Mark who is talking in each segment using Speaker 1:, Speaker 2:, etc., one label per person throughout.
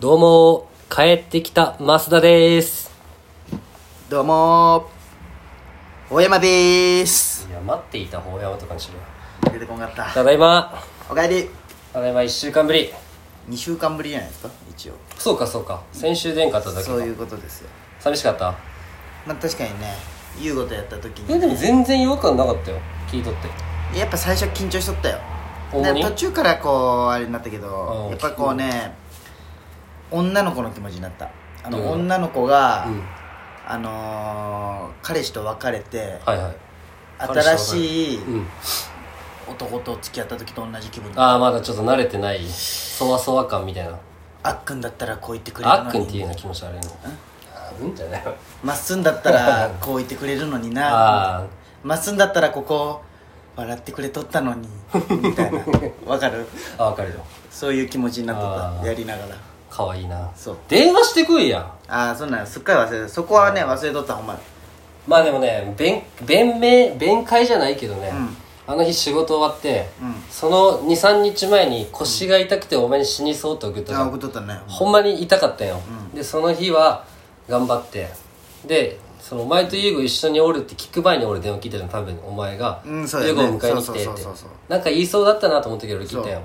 Speaker 1: どうも帰ってきた増田です
Speaker 2: どうもー大山でーす
Speaker 1: いや待っていた方山とかにしろ
Speaker 2: 出てこんかった
Speaker 1: ただいま
Speaker 2: おかえり
Speaker 1: ただいま1週間ぶり
Speaker 2: 2週間ぶりじゃないですか一応
Speaker 1: そうかそうか先週出んかっただけ
Speaker 2: そう
Speaker 1: か
Speaker 2: いうことですよ
Speaker 1: 寂しかった
Speaker 2: まあ確かにね優吾とやった時
Speaker 1: いやで
Speaker 2: に
Speaker 1: も全然違和感なかったよ聞いとって
Speaker 2: やっぱ最初緊張しとったよ
Speaker 1: ほんまに
Speaker 2: で途中からこうあれになったけ
Speaker 1: うん
Speaker 2: どやっぱこうね女の子の気持ちになったあ
Speaker 1: どういう
Speaker 2: の
Speaker 1: こと
Speaker 2: 女の子が、
Speaker 1: うん
Speaker 2: あのー、彼氏と別れて
Speaker 1: はいはい
Speaker 2: 新しい
Speaker 1: うん
Speaker 2: 男と付き合った時と同じ気分
Speaker 1: ああまだちょっと慣れてないそわそわ感みたいな
Speaker 2: あっくんだったらこう言ってくれるのに
Speaker 1: あっくんっていうような気持ち悪いのあーうんじゃない
Speaker 2: まっすんだっ たらこう言ってくれるのにな
Speaker 1: あ
Speaker 2: まっすんだったらここ笑ってくれとった のにみたいなわかる
Speaker 1: ーあ分かるよ
Speaker 2: そういう気持ちになっ
Speaker 1: あ
Speaker 2: て
Speaker 1: ー
Speaker 2: たやりながら
Speaker 1: 可愛いな
Speaker 2: そう
Speaker 1: 電話してこいや
Speaker 2: ああそんなんすっかり忘れたそこはね忘れとったほんま
Speaker 1: まあでもね弁弁明弁解じゃないけどね、あの日仕事終わって、
Speaker 2: うん
Speaker 1: その23日前に腰が痛くてお前に死にそうと送ったじゃ
Speaker 2: あ
Speaker 1: ん
Speaker 2: 送っとったね
Speaker 1: ほんまに痛かったんよ、
Speaker 2: うん
Speaker 1: でその日は頑張ってでそのお前と優吾一緒におるって聞く前に俺電話聞いたじゃん多分お前が
Speaker 2: うんそうだ
Speaker 1: 優
Speaker 2: よ
Speaker 1: 吾、
Speaker 2: ね
Speaker 1: を迎えに来てって
Speaker 2: そうそうそうそう
Speaker 1: なんか言いそうだったなと思ったけど俺聞いたよ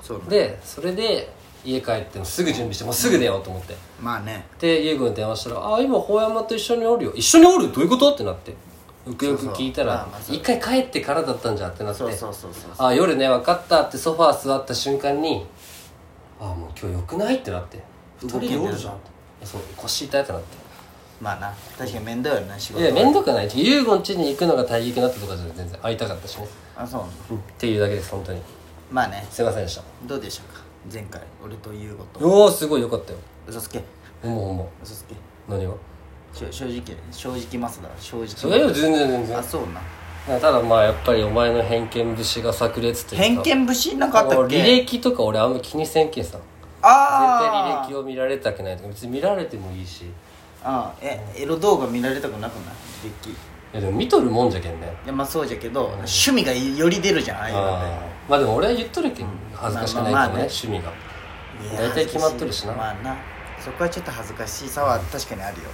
Speaker 2: そうね
Speaker 1: でそれで家帰ってもすぐ準備してもうすぐ出ようと思って、
Speaker 2: まあね
Speaker 1: で優吾に電話したら「あ今法山と一緒におるよ一緒におるどういうこと?」ってなってよくよく聞いたら
Speaker 2: そうそうまあまあ
Speaker 1: 「
Speaker 2: そう
Speaker 1: 一回帰ってからだったんじゃ」ってなって「
Speaker 2: そうそうそうそう
Speaker 1: あ夜ね分かった」ってソファー座った瞬間に「あもう今日よくない?」ってなって「二人
Speaker 2: 動けん
Speaker 1: で
Speaker 2: ね
Speaker 1: おるじゃん」ってえそう腰痛いってなって
Speaker 2: まあな確かに面倒よな仕
Speaker 1: い
Speaker 2: 事
Speaker 1: や面倒くない優吾ん家に行くのが大変になったとかじゃ全然会いたかったしね、
Speaker 2: あそう
Speaker 1: っていうだけです本当に
Speaker 2: まあね
Speaker 1: すいませんでした
Speaker 2: どうでしたか前回俺と優吾と
Speaker 1: おおすごいよかったよ
Speaker 2: 嘘つけ
Speaker 1: 思う思う
Speaker 2: 嘘つけ
Speaker 1: 何が
Speaker 2: ちょ正直正直マスだ正
Speaker 1: それよ
Speaker 2: 直
Speaker 1: 全然全然
Speaker 2: あそうな
Speaker 1: ただまあやっぱりお前の偏見節が炸裂というか
Speaker 2: 偏見節なんかあったっけ
Speaker 1: 履歴とか俺あんま気にせんけんさ絶対
Speaker 2: ああ
Speaker 1: 履歴を見られたくないとか別に見られてもいいしい
Speaker 2: ああえエロ動画見られたくなくないデッキい
Speaker 1: やでも見とるもんじゃけんね
Speaker 2: やまあそうじゃけど、趣味がより出るじゃんああいうの
Speaker 1: あーまあでも俺は言っとるけん恥ずかしくないけどね,、
Speaker 2: まあまあまあね
Speaker 1: 趣味が
Speaker 2: でいや
Speaker 1: 大体決まっとるしな
Speaker 2: まあなそこはちょっと恥ずかしさは確かにあるよ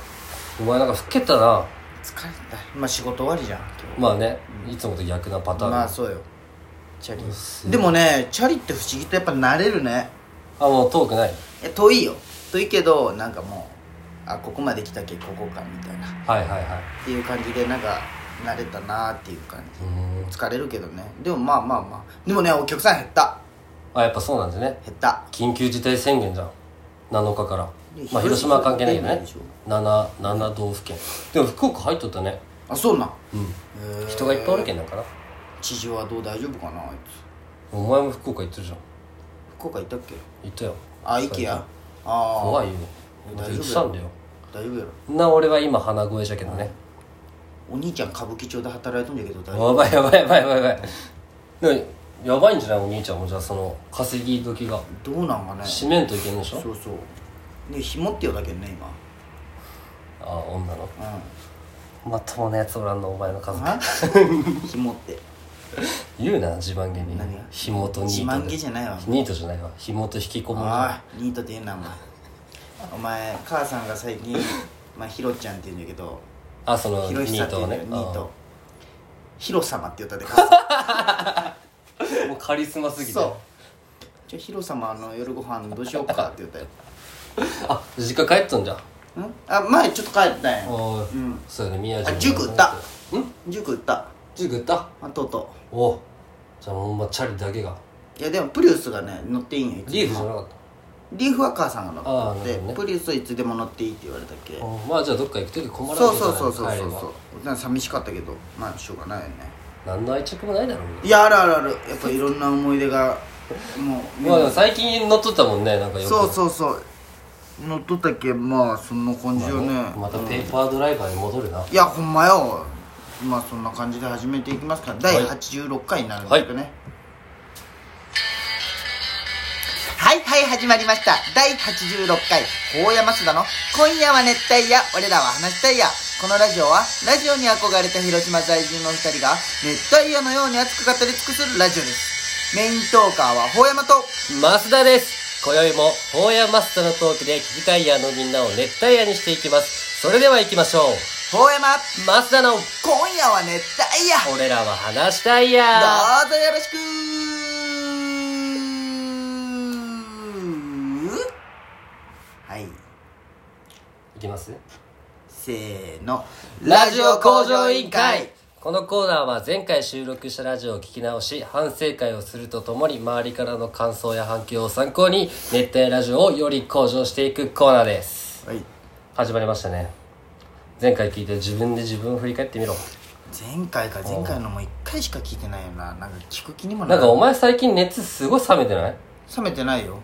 Speaker 1: お前なんか老けたな
Speaker 2: 疲れたまあ仕事終わりじゃん今日
Speaker 1: まあね、いつもと逆なパターン、
Speaker 2: まあそうよチャリでもねチャリって不思議とやっぱ慣れるね
Speaker 1: あもう遠くない
Speaker 2: え遠いよ遠いけどなんかもうあここまで来たけここかみたいなっ
Speaker 1: はいはいはい
Speaker 2: ていう感じでなんか慣れたなーっていう感じ
Speaker 1: うーん
Speaker 2: 疲れるけどねでもまあまあまあでもねお客さん減った
Speaker 1: あやっぱそうなんですね
Speaker 2: 減った
Speaker 1: 緊急事態宣言じゃん7日から
Speaker 2: いや
Speaker 1: まあ広島は関係ないけどね
Speaker 2: 広島
Speaker 1: 7 7道府県でも福岡入っとったね
Speaker 2: あそうなん
Speaker 1: うん
Speaker 2: へー
Speaker 1: 人がいっぱいおるけんなんかな
Speaker 2: 地上はどう大丈夫かなあい
Speaker 1: お前も福岡行ってるじゃん
Speaker 2: つ福岡行ったっけ
Speaker 1: 行ったよ
Speaker 2: あイケアああ
Speaker 1: 怖いよ
Speaker 2: 大丈夫
Speaker 1: 行ってたんだよ
Speaker 2: 大丈夫やろ
Speaker 1: な俺は今鼻声じゃけどね
Speaker 2: お兄ちゃん歌舞伎町で働いとんじゃけど大
Speaker 1: や
Speaker 2: 丈夫
Speaker 1: ばいやばいやばいやばいやばいでもやばいんじゃないお兄ちゃんもじゃあその稼ぎ時が
Speaker 2: どうなんかねそ
Speaker 1: 締めんといけんでしょ
Speaker 2: うそうねひもってよだけどね今
Speaker 1: ああ女の
Speaker 2: う
Speaker 1: まともなやつおらんのお前の家
Speaker 2: ん
Speaker 1: 族
Speaker 2: はひもって
Speaker 1: 言うな自慢げに
Speaker 2: 何が
Speaker 1: 紐とニート
Speaker 2: 自慢げ
Speaker 1: じ
Speaker 2: じゃないわ
Speaker 1: ニートじゃないわ紐と引きこもり
Speaker 2: ああニートって言うなお前お前母さんが最近まあひろちゃんって言うんだけど
Speaker 1: あその
Speaker 2: ひ
Speaker 1: ニ
Speaker 2: ろひさ
Speaker 1: ー
Speaker 2: って
Speaker 1: トを
Speaker 2: 言うんだ
Speaker 1: ねあ
Speaker 2: よニートひろ様って言ったで 母さん
Speaker 1: あもうカリスマすぎて
Speaker 2: そうじゃあヒロ様あの夜ご飯どうしようかって 言ったよ
Speaker 1: あ実家帰っとんじゃん
Speaker 2: んあ前ちょっと帰ったんや
Speaker 1: おい、
Speaker 2: うん
Speaker 1: そうやね宮城
Speaker 2: あ塾売った
Speaker 1: ん
Speaker 2: 塾売った
Speaker 1: 塾売った
Speaker 2: あとうと
Speaker 1: おうじゃあもうほんまチャリだけが
Speaker 2: ういやでもプリウスがね乗っていいんよいつでも
Speaker 1: リーフじゃなかった
Speaker 2: リーフは母さんが乗って
Speaker 1: あーなる
Speaker 2: て、
Speaker 1: ほどね
Speaker 2: プリウスはいつでも乗っていいって言われたっけ
Speaker 1: あまあじゃあどっか行く時困らん
Speaker 2: そう
Speaker 1: け
Speaker 2: そ
Speaker 1: ど
Speaker 2: うそうそうそう
Speaker 1: 帰れば
Speaker 2: そうなんか寂しかったけどまあしょうがないよね
Speaker 1: 何の愛着もないだろうね
Speaker 2: いやあるあるあるやっぱいろんな思い出がもう
Speaker 1: まあでも最近乗っとったもんねなんかよく
Speaker 2: そうそうそう乗っとったっけまあそんな感じよね
Speaker 1: またペーパードライバーに戻るな、
Speaker 2: いやほんまよまあそんな感じで始めていきますから第86回になるんですけどねはいはい始まりました第86回高山須田の「今夜は熱帯夜俺らは話したいや」このラジオはラジオに憧れた広島在住の2人が熱帯夜のように熱く語り尽くすラジオですメイントーカーは法山と
Speaker 1: 増田です今宵も、ホーヤマスターのトークで、聞きたいやのみんなを熱帯夜にしていきます。それでは行きましょう。
Speaker 2: ほうやま
Speaker 1: マスターの、
Speaker 2: 今夜は熱帯夜
Speaker 1: 俺らは話したいや
Speaker 2: どうぞよろしくはい
Speaker 1: いきます
Speaker 2: せーの
Speaker 1: ラジオ向上委員会このコーナーは前回収録したラジオを聞き直し反省会をするとともに周りからの感想や反響を参考に熱帯ラジオをより向上していくコーナーです
Speaker 2: はい
Speaker 1: 始まりましたね前回聞いて自分で自分を振り返ってみろ
Speaker 2: 前回か前回のもう1回しか聞いてないよななんか聞く気にも
Speaker 1: な
Speaker 2: な
Speaker 1: ん
Speaker 2: ら
Speaker 1: かお前最近熱すごい冷めてない
Speaker 2: 冷めてないよ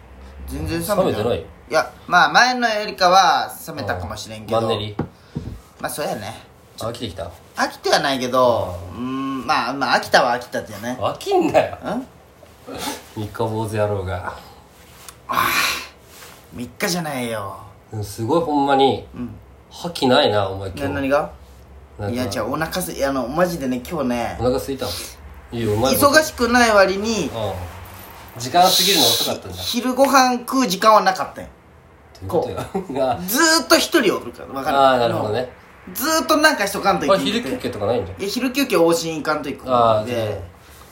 Speaker 2: 全然冷めてない
Speaker 1: 冷めてない
Speaker 2: やまあ前のよりかは冷めたかもしれんけど
Speaker 1: マンネリ
Speaker 2: まあそうやね
Speaker 1: 飽きてきた
Speaker 2: 飽きてはないけどうーんまあまあ飽きたは飽きたってね
Speaker 1: 飽きんなよ
Speaker 2: うん
Speaker 1: 三日坊主野郎が
Speaker 2: 3日じゃないよ
Speaker 1: うんすごいほんまに
Speaker 2: うん
Speaker 1: 覇気ないなお前
Speaker 2: な
Speaker 1: 今日
Speaker 2: 何が
Speaker 1: なんか
Speaker 2: いやじゃあお腹すいやあのマジでね今日ね
Speaker 1: お腹すいたいいよお前
Speaker 2: 忙しくない割に
Speaker 1: うん時間過ぎるの遅かったんだ
Speaker 2: 昼ご飯食う時間はなかったよ
Speaker 1: ということよあ
Speaker 2: ずーっと一人おるから分かる
Speaker 1: あーなるほどね
Speaker 2: ずーっとなんかしとかんとい
Speaker 1: こ
Speaker 2: け
Speaker 1: れ
Speaker 2: んくて
Speaker 1: 昼休憩とかないんじゃ
Speaker 2: いや昼休憩往診行かんといく
Speaker 1: あー
Speaker 2: で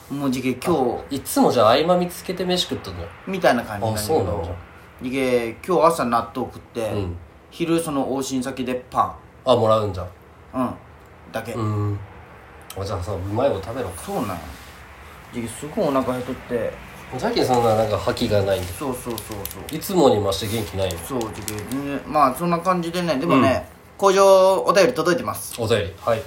Speaker 2: もうじけ今
Speaker 1: んいつもじゃあ合間見つけて飯食ったんだよ
Speaker 2: 日みたいな感じなんだけ
Speaker 1: あそうなん
Speaker 2: ど
Speaker 1: だ
Speaker 2: じけ今日朝納豆食って、
Speaker 1: うん
Speaker 2: 昼その往診先でパ
Speaker 1: あもらうんじゃん
Speaker 2: ンうんだけ、
Speaker 1: うんあじゃあさうまいもん食べろか
Speaker 2: そうなんやじけすごいお腹減っとって
Speaker 1: 最近そんななんか覇気がないんで
Speaker 2: そうそうそうそう
Speaker 1: いつもに増して元気ないよ
Speaker 2: そうじけ全然まあそんな感じでねでもね、工場お便り届いてます
Speaker 1: お便りはい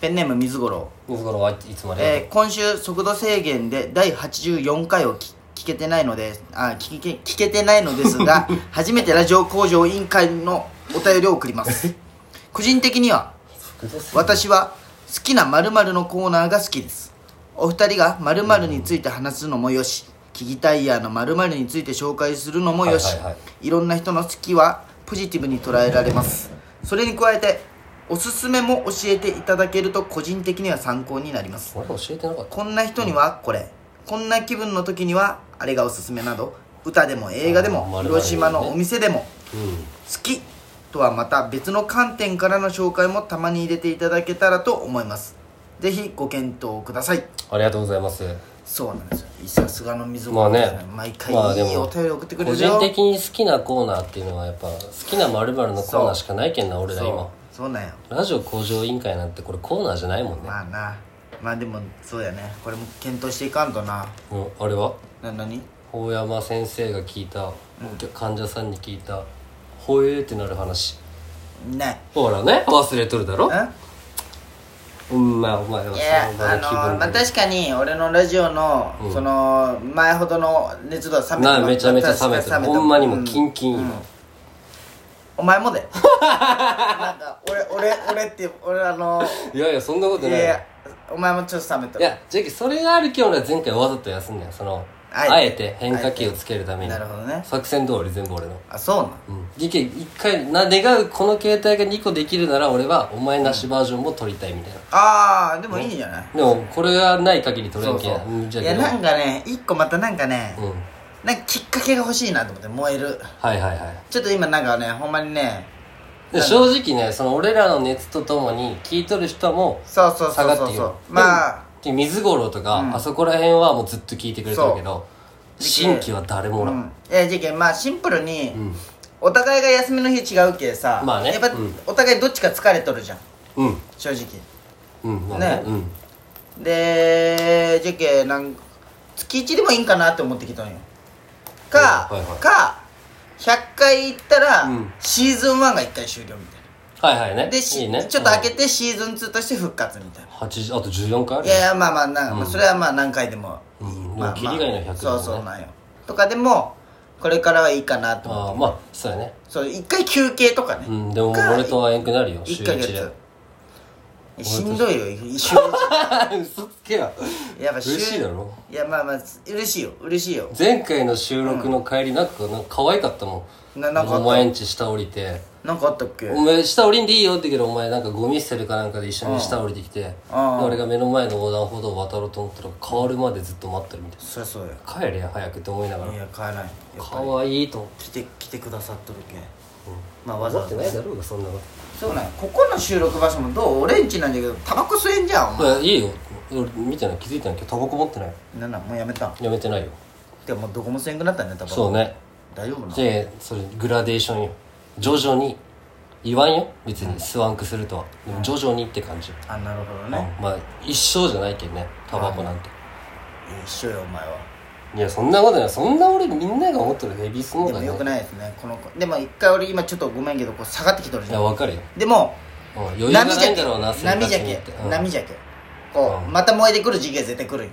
Speaker 2: ペンネーム水五郎
Speaker 1: 水頃はいつまで
Speaker 2: えー今週速度制限で第84回をき聞けてないのであ聞け聞けてないので すが初めてラジオ工場委員会のお便りを送ります 個人的には私は好きな〇〇のコーナーが好きですお二人が〇〇について話すのもよし聞きたいやの〇〇について紹介するのもよ
Speaker 1: は
Speaker 2: し、
Speaker 1: いいはいは
Speaker 2: ろんな人の好きはポジティブに捉えられますそれに加えておすすめも教えていただけると個人的には参考になります
Speaker 1: 俺教えてなかった
Speaker 2: こんな人にはこれこんな気分の時にはあれがおすすめなど歌でも映画で
Speaker 1: あーま
Speaker 2: も
Speaker 1: るまる
Speaker 2: 広島のお店でも
Speaker 1: うん
Speaker 2: 好きとはまた別の観点からの紹介もたまに入れていただけたらと思いますぜひご検討ください
Speaker 1: ありがとうございます
Speaker 2: そうなんですよさすがの水
Speaker 1: まあ
Speaker 2: 子です
Speaker 1: ね
Speaker 2: 毎回
Speaker 1: まあでも
Speaker 2: いいお便り送ってくれ
Speaker 1: 個
Speaker 2: るよ、
Speaker 1: 人的に好きなコーナーっていうのはやっぱ好きな〇〇のコーナーしかないけんな俺ら
Speaker 2: そう
Speaker 1: 今
Speaker 2: そうなんよ
Speaker 1: ラジオ向上委員会なんてこれコーナーじゃないもんね
Speaker 2: まあなまあでもそうやねこれも検討していかんとな
Speaker 1: うんあれは
Speaker 2: な何
Speaker 1: 大山先生が聞いた、患者さんに聞いた「ほえー」ってなる話
Speaker 2: ね
Speaker 1: ほらね忘れとるだろ
Speaker 2: ん
Speaker 1: うんまあお前はい
Speaker 2: や
Speaker 1: そん
Speaker 2: あ
Speaker 1: な気
Speaker 2: の
Speaker 1: 分
Speaker 2: まあ、確かに俺のラジオの、その前ほどの熱度は冷め
Speaker 1: な
Speaker 2: た
Speaker 1: めちゃめちゃ冷めてるほんまにもうキンキン今、
Speaker 2: お 前もでなんか俺俺俺って俺あの
Speaker 1: いやいやそんなこと
Speaker 2: い
Speaker 1: ない
Speaker 2: やい
Speaker 1: よ
Speaker 2: やお前もちょっと冷めた
Speaker 1: いやじゃあそれがある今日俺は前回わざと休んだよその
Speaker 2: あえて
Speaker 1: あえて変化球をつけるために
Speaker 2: なるほどね
Speaker 1: 作戦通り全部俺の
Speaker 2: あそうなん
Speaker 1: うん一回一回な願うこの携帯が2個できるなら俺はお前なしバージョンも撮りたいみたいな、
Speaker 2: ああでもいいんじゃない、
Speaker 1: でもこれがない限り撮れ
Speaker 2: そ
Speaker 1: ん
Speaker 2: う
Speaker 1: け
Speaker 2: そ
Speaker 1: ん
Speaker 2: うん
Speaker 1: じゃ
Speaker 2: い
Speaker 1: あ
Speaker 2: や
Speaker 1: けど
Speaker 2: なんかね一個またなんかね、
Speaker 1: うん
Speaker 2: なんかきっかけが欲しいなと思って燃える
Speaker 1: はいはいはい
Speaker 2: ちょっと今なんかねほんまにね
Speaker 1: で正直ねその俺らの熱とともに聞いとる人も
Speaker 2: そうそう
Speaker 1: 下
Speaker 2: そう
Speaker 1: が
Speaker 2: そ
Speaker 1: っ
Speaker 2: う
Speaker 1: てい
Speaker 2: そ
Speaker 1: る
Speaker 2: うまあ
Speaker 1: で水五郎とか、あそこら辺はもうずっと聞いてくれてるけど
Speaker 2: そう
Speaker 1: 新規は誰もおら、
Speaker 2: うんんいやじゃけんまあシンプルに、お互いが休みの日違うけさ
Speaker 1: まあね
Speaker 2: やっぱ、
Speaker 1: うん
Speaker 2: お互いどっちか疲れとるじゃん
Speaker 1: うん
Speaker 2: 正直
Speaker 1: うんまあね
Speaker 2: ね
Speaker 1: うん
Speaker 2: でじゃけなん月1でもいいんかなって思ってきたんよか、
Speaker 1: はいはい
Speaker 2: か100回行ったら、
Speaker 1: うん
Speaker 2: シーズン1が1回終了みたい
Speaker 1: はいはいね
Speaker 2: なでし
Speaker 1: いいね
Speaker 2: ちょっと開け
Speaker 1: うん
Speaker 2: てシーズン2として復活みたいな
Speaker 1: 80あと14回ある
Speaker 2: いやいやまあまあなんか、まあそれはまあ何回でもいい、
Speaker 1: うん
Speaker 2: まあ
Speaker 1: でも切りがいいのは100だ
Speaker 2: そ
Speaker 1: もん
Speaker 2: う
Speaker 1: ね
Speaker 2: そうなんよとかでもこれからはいいかなと思って
Speaker 1: ああまあそうやね
Speaker 2: そう一回休憩とかね、
Speaker 1: うんでも
Speaker 2: か
Speaker 1: 俺とは縁くなるよ
Speaker 2: 一
Speaker 1: 週
Speaker 2: ヶ
Speaker 1: 一で
Speaker 2: 月しんどいよ一週
Speaker 1: 嘘つけや
Speaker 2: やっぱ週
Speaker 1: 嬉しいだろ
Speaker 2: いやまあまあ嬉しいよ嬉しいよ
Speaker 1: 前回の収録の帰りなんかなんか可愛かったもん
Speaker 2: ななんかあった
Speaker 1: お前んち下降りて
Speaker 2: なんかあったっけ
Speaker 1: お前下降りんでいいよって言うけどお前なんかゴミ捨てるかなんかで一緒に下降りてきて、で
Speaker 2: ああ
Speaker 1: 俺が目の前の横断歩道を渡ろうと思ったら変わるまでずっと待ってるみたい
Speaker 2: そりゃそうよ
Speaker 1: な帰れや早くって思いながら
Speaker 2: いや帰らんやっ
Speaker 1: 可
Speaker 2: ぱり
Speaker 1: 愛いと思って
Speaker 2: 来て来てくださっとるけん
Speaker 1: うん
Speaker 2: まあわざ
Speaker 1: 思
Speaker 2: わ
Speaker 1: ってな
Speaker 2: ざ
Speaker 1: いだろうがそんなこ
Speaker 2: そうなんやここの収録場所もどう俺んちなんだけどタバコ吸えんじゃんお
Speaker 1: といやいいよ俺見てない気づいてないけどタバコ持ってない
Speaker 2: 前なんなんもうやめたん
Speaker 1: やめてないよ
Speaker 2: でももうどこも吸えんくなったねタバコ
Speaker 1: そうね
Speaker 2: 大丈夫な
Speaker 1: でそれグラデーションよ徐々に言わんよ別にスワンクするとはでも徐々にって感じ、
Speaker 2: あなるほどね、
Speaker 1: うんまあ一生じゃないけんねタバコなんて、
Speaker 2: 一緒よお前はい
Speaker 1: やそんなことないそんな俺みんなが思ってるヘビースノー
Speaker 2: で
Speaker 1: だ
Speaker 2: も
Speaker 1: ね
Speaker 2: よくないですねこの子でも一回俺今ちょっとごめんけどこう下がってきとる
Speaker 1: い
Speaker 2: じゃ
Speaker 1: や
Speaker 2: ん
Speaker 1: わかるよ、
Speaker 2: でも
Speaker 1: うん、余裕が
Speaker 2: 波
Speaker 1: な
Speaker 2: じ
Speaker 1: い
Speaker 2: ゃ
Speaker 1: ん
Speaker 2: け
Speaker 1: だろうな
Speaker 2: 波じゃ
Speaker 1: 生
Speaker 2: け
Speaker 1: 活にってうん
Speaker 2: 波じゃけこ
Speaker 1: う
Speaker 2: うんまた燃えてくる時期が絶対来るよ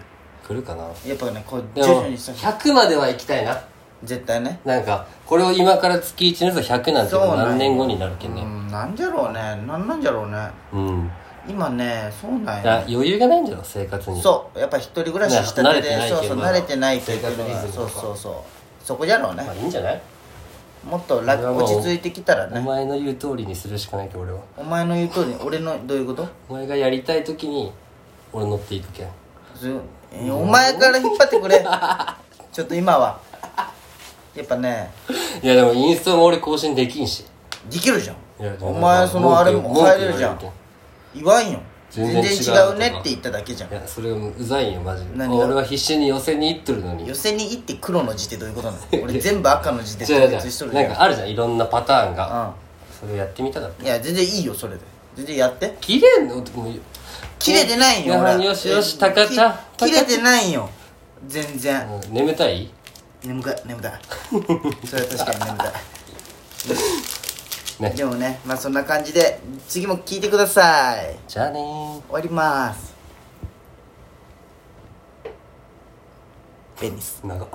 Speaker 1: 来るかな
Speaker 2: やっぱねこう
Speaker 1: で
Speaker 2: 徐
Speaker 1: も
Speaker 2: 々にさ
Speaker 1: 100までは行きたいな
Speaker 2: 絶対ね
Speaker 1: なんかこれを今から月1の人100なんていうの
Speaker 2: そう
Speaker 1: は
Speaker 2: なんよ
Speaker 1: 何年後になるけ
Speaker 2: うん
Speaker 1: ね
Speaker 2: んなんじゃろうねなんなんじゃろうね
Speaker 1: うん、
Speaker 2: 今ねそうなん
Speaker 1: だから
Speaker 2: や
Speaker 1: 余裕がないんだろ生活に
Speaker 2: そうやっぱ一人暮らししたて
Speaker 1: ね
Speaker 2: で
Speaker 1: 慣れてない
Speaker 2: そうそう
Speaker 1: けど
Speaker 2: 慣れてないけど
Speaker 1: 生活リズムと
Speaker 2: そう
Speaker 1: か
Speaker 2: そうそうそこじゃろうね
Speaker 1: まあいいんじゃない
Speaker 2: もっと楽
Speaker 1: まあまあ
Speaker 2: 落ち着いてきたら
Speaker 1: お
Speaker 2: ね
Speaker 1: 前の言う通りにするしかないけど俺は
Speaker 2: お前の言う通り俺のどういうこと
Speaker 1: お前がやりたい時に俺乗っていくけん
Speaker 2: ずえーお前から引っ張ってくれちょっと今はやっぱね
Speaker 1: いやでもインスタも俺更新できんし
Speaker 2: できるじゃん
Speaker 1: いやでも
Speaker 2: お前そのあれも
Speaker 1: 文句
Speaker 2: 変えれるじゃ
Speaker 1: 文句言われるけ
Speaker 2: ん言わんよ
Speaker 1: 全
Speaker 2: 全
Speaker 1: 然
Speaker 2: 然
Speaker 1: 違
Speaker 2: 違
Speaker 1: う
Speaker 2: うねって言っただけじゃん
Speaker 1: いやそれうざいよマジで
Speaker 2: 何が
Speaker 1: 俺は必死に寄せに行っとるのに
Speaker 2: 寄せに行って黒の字ってどういうことなの俺全部赤の字で
Speaker 1: 違う
Speaker 2: 統
Speaker 1: 違
Speaker 2: 一しと
Speaker 1: う
Speaker 2: る
Speaker 1: な
Speaker 2: じ
Speaker 1: んか
Speaker 2: ゃ
Speaker 1: あるじゃんいろんなパターンが
Speaker 2: ん
Speaker 1: それをやってみたかった
Speaker 2: うんいや全然いいよそれで全然やって
Speaker 1: 綺麗のもう
Speaker 2: 切れてないよ
Speaker 1: や
Speaker 2: 俺
Speaker 1: よしよし高ちゃん
Speaker 2: き切れてないよ全然
Speaker 1: もう眠たい
Speaker 2: 眠かい眠たいそれは確かに眠たい
Speaker 1: ね
Speaker 2: でもねまあそんな感じで次も聞いてください
Speaker 1: じゃあねー
Speaker 2: 終わりますベニス
Speaker 1: 長っ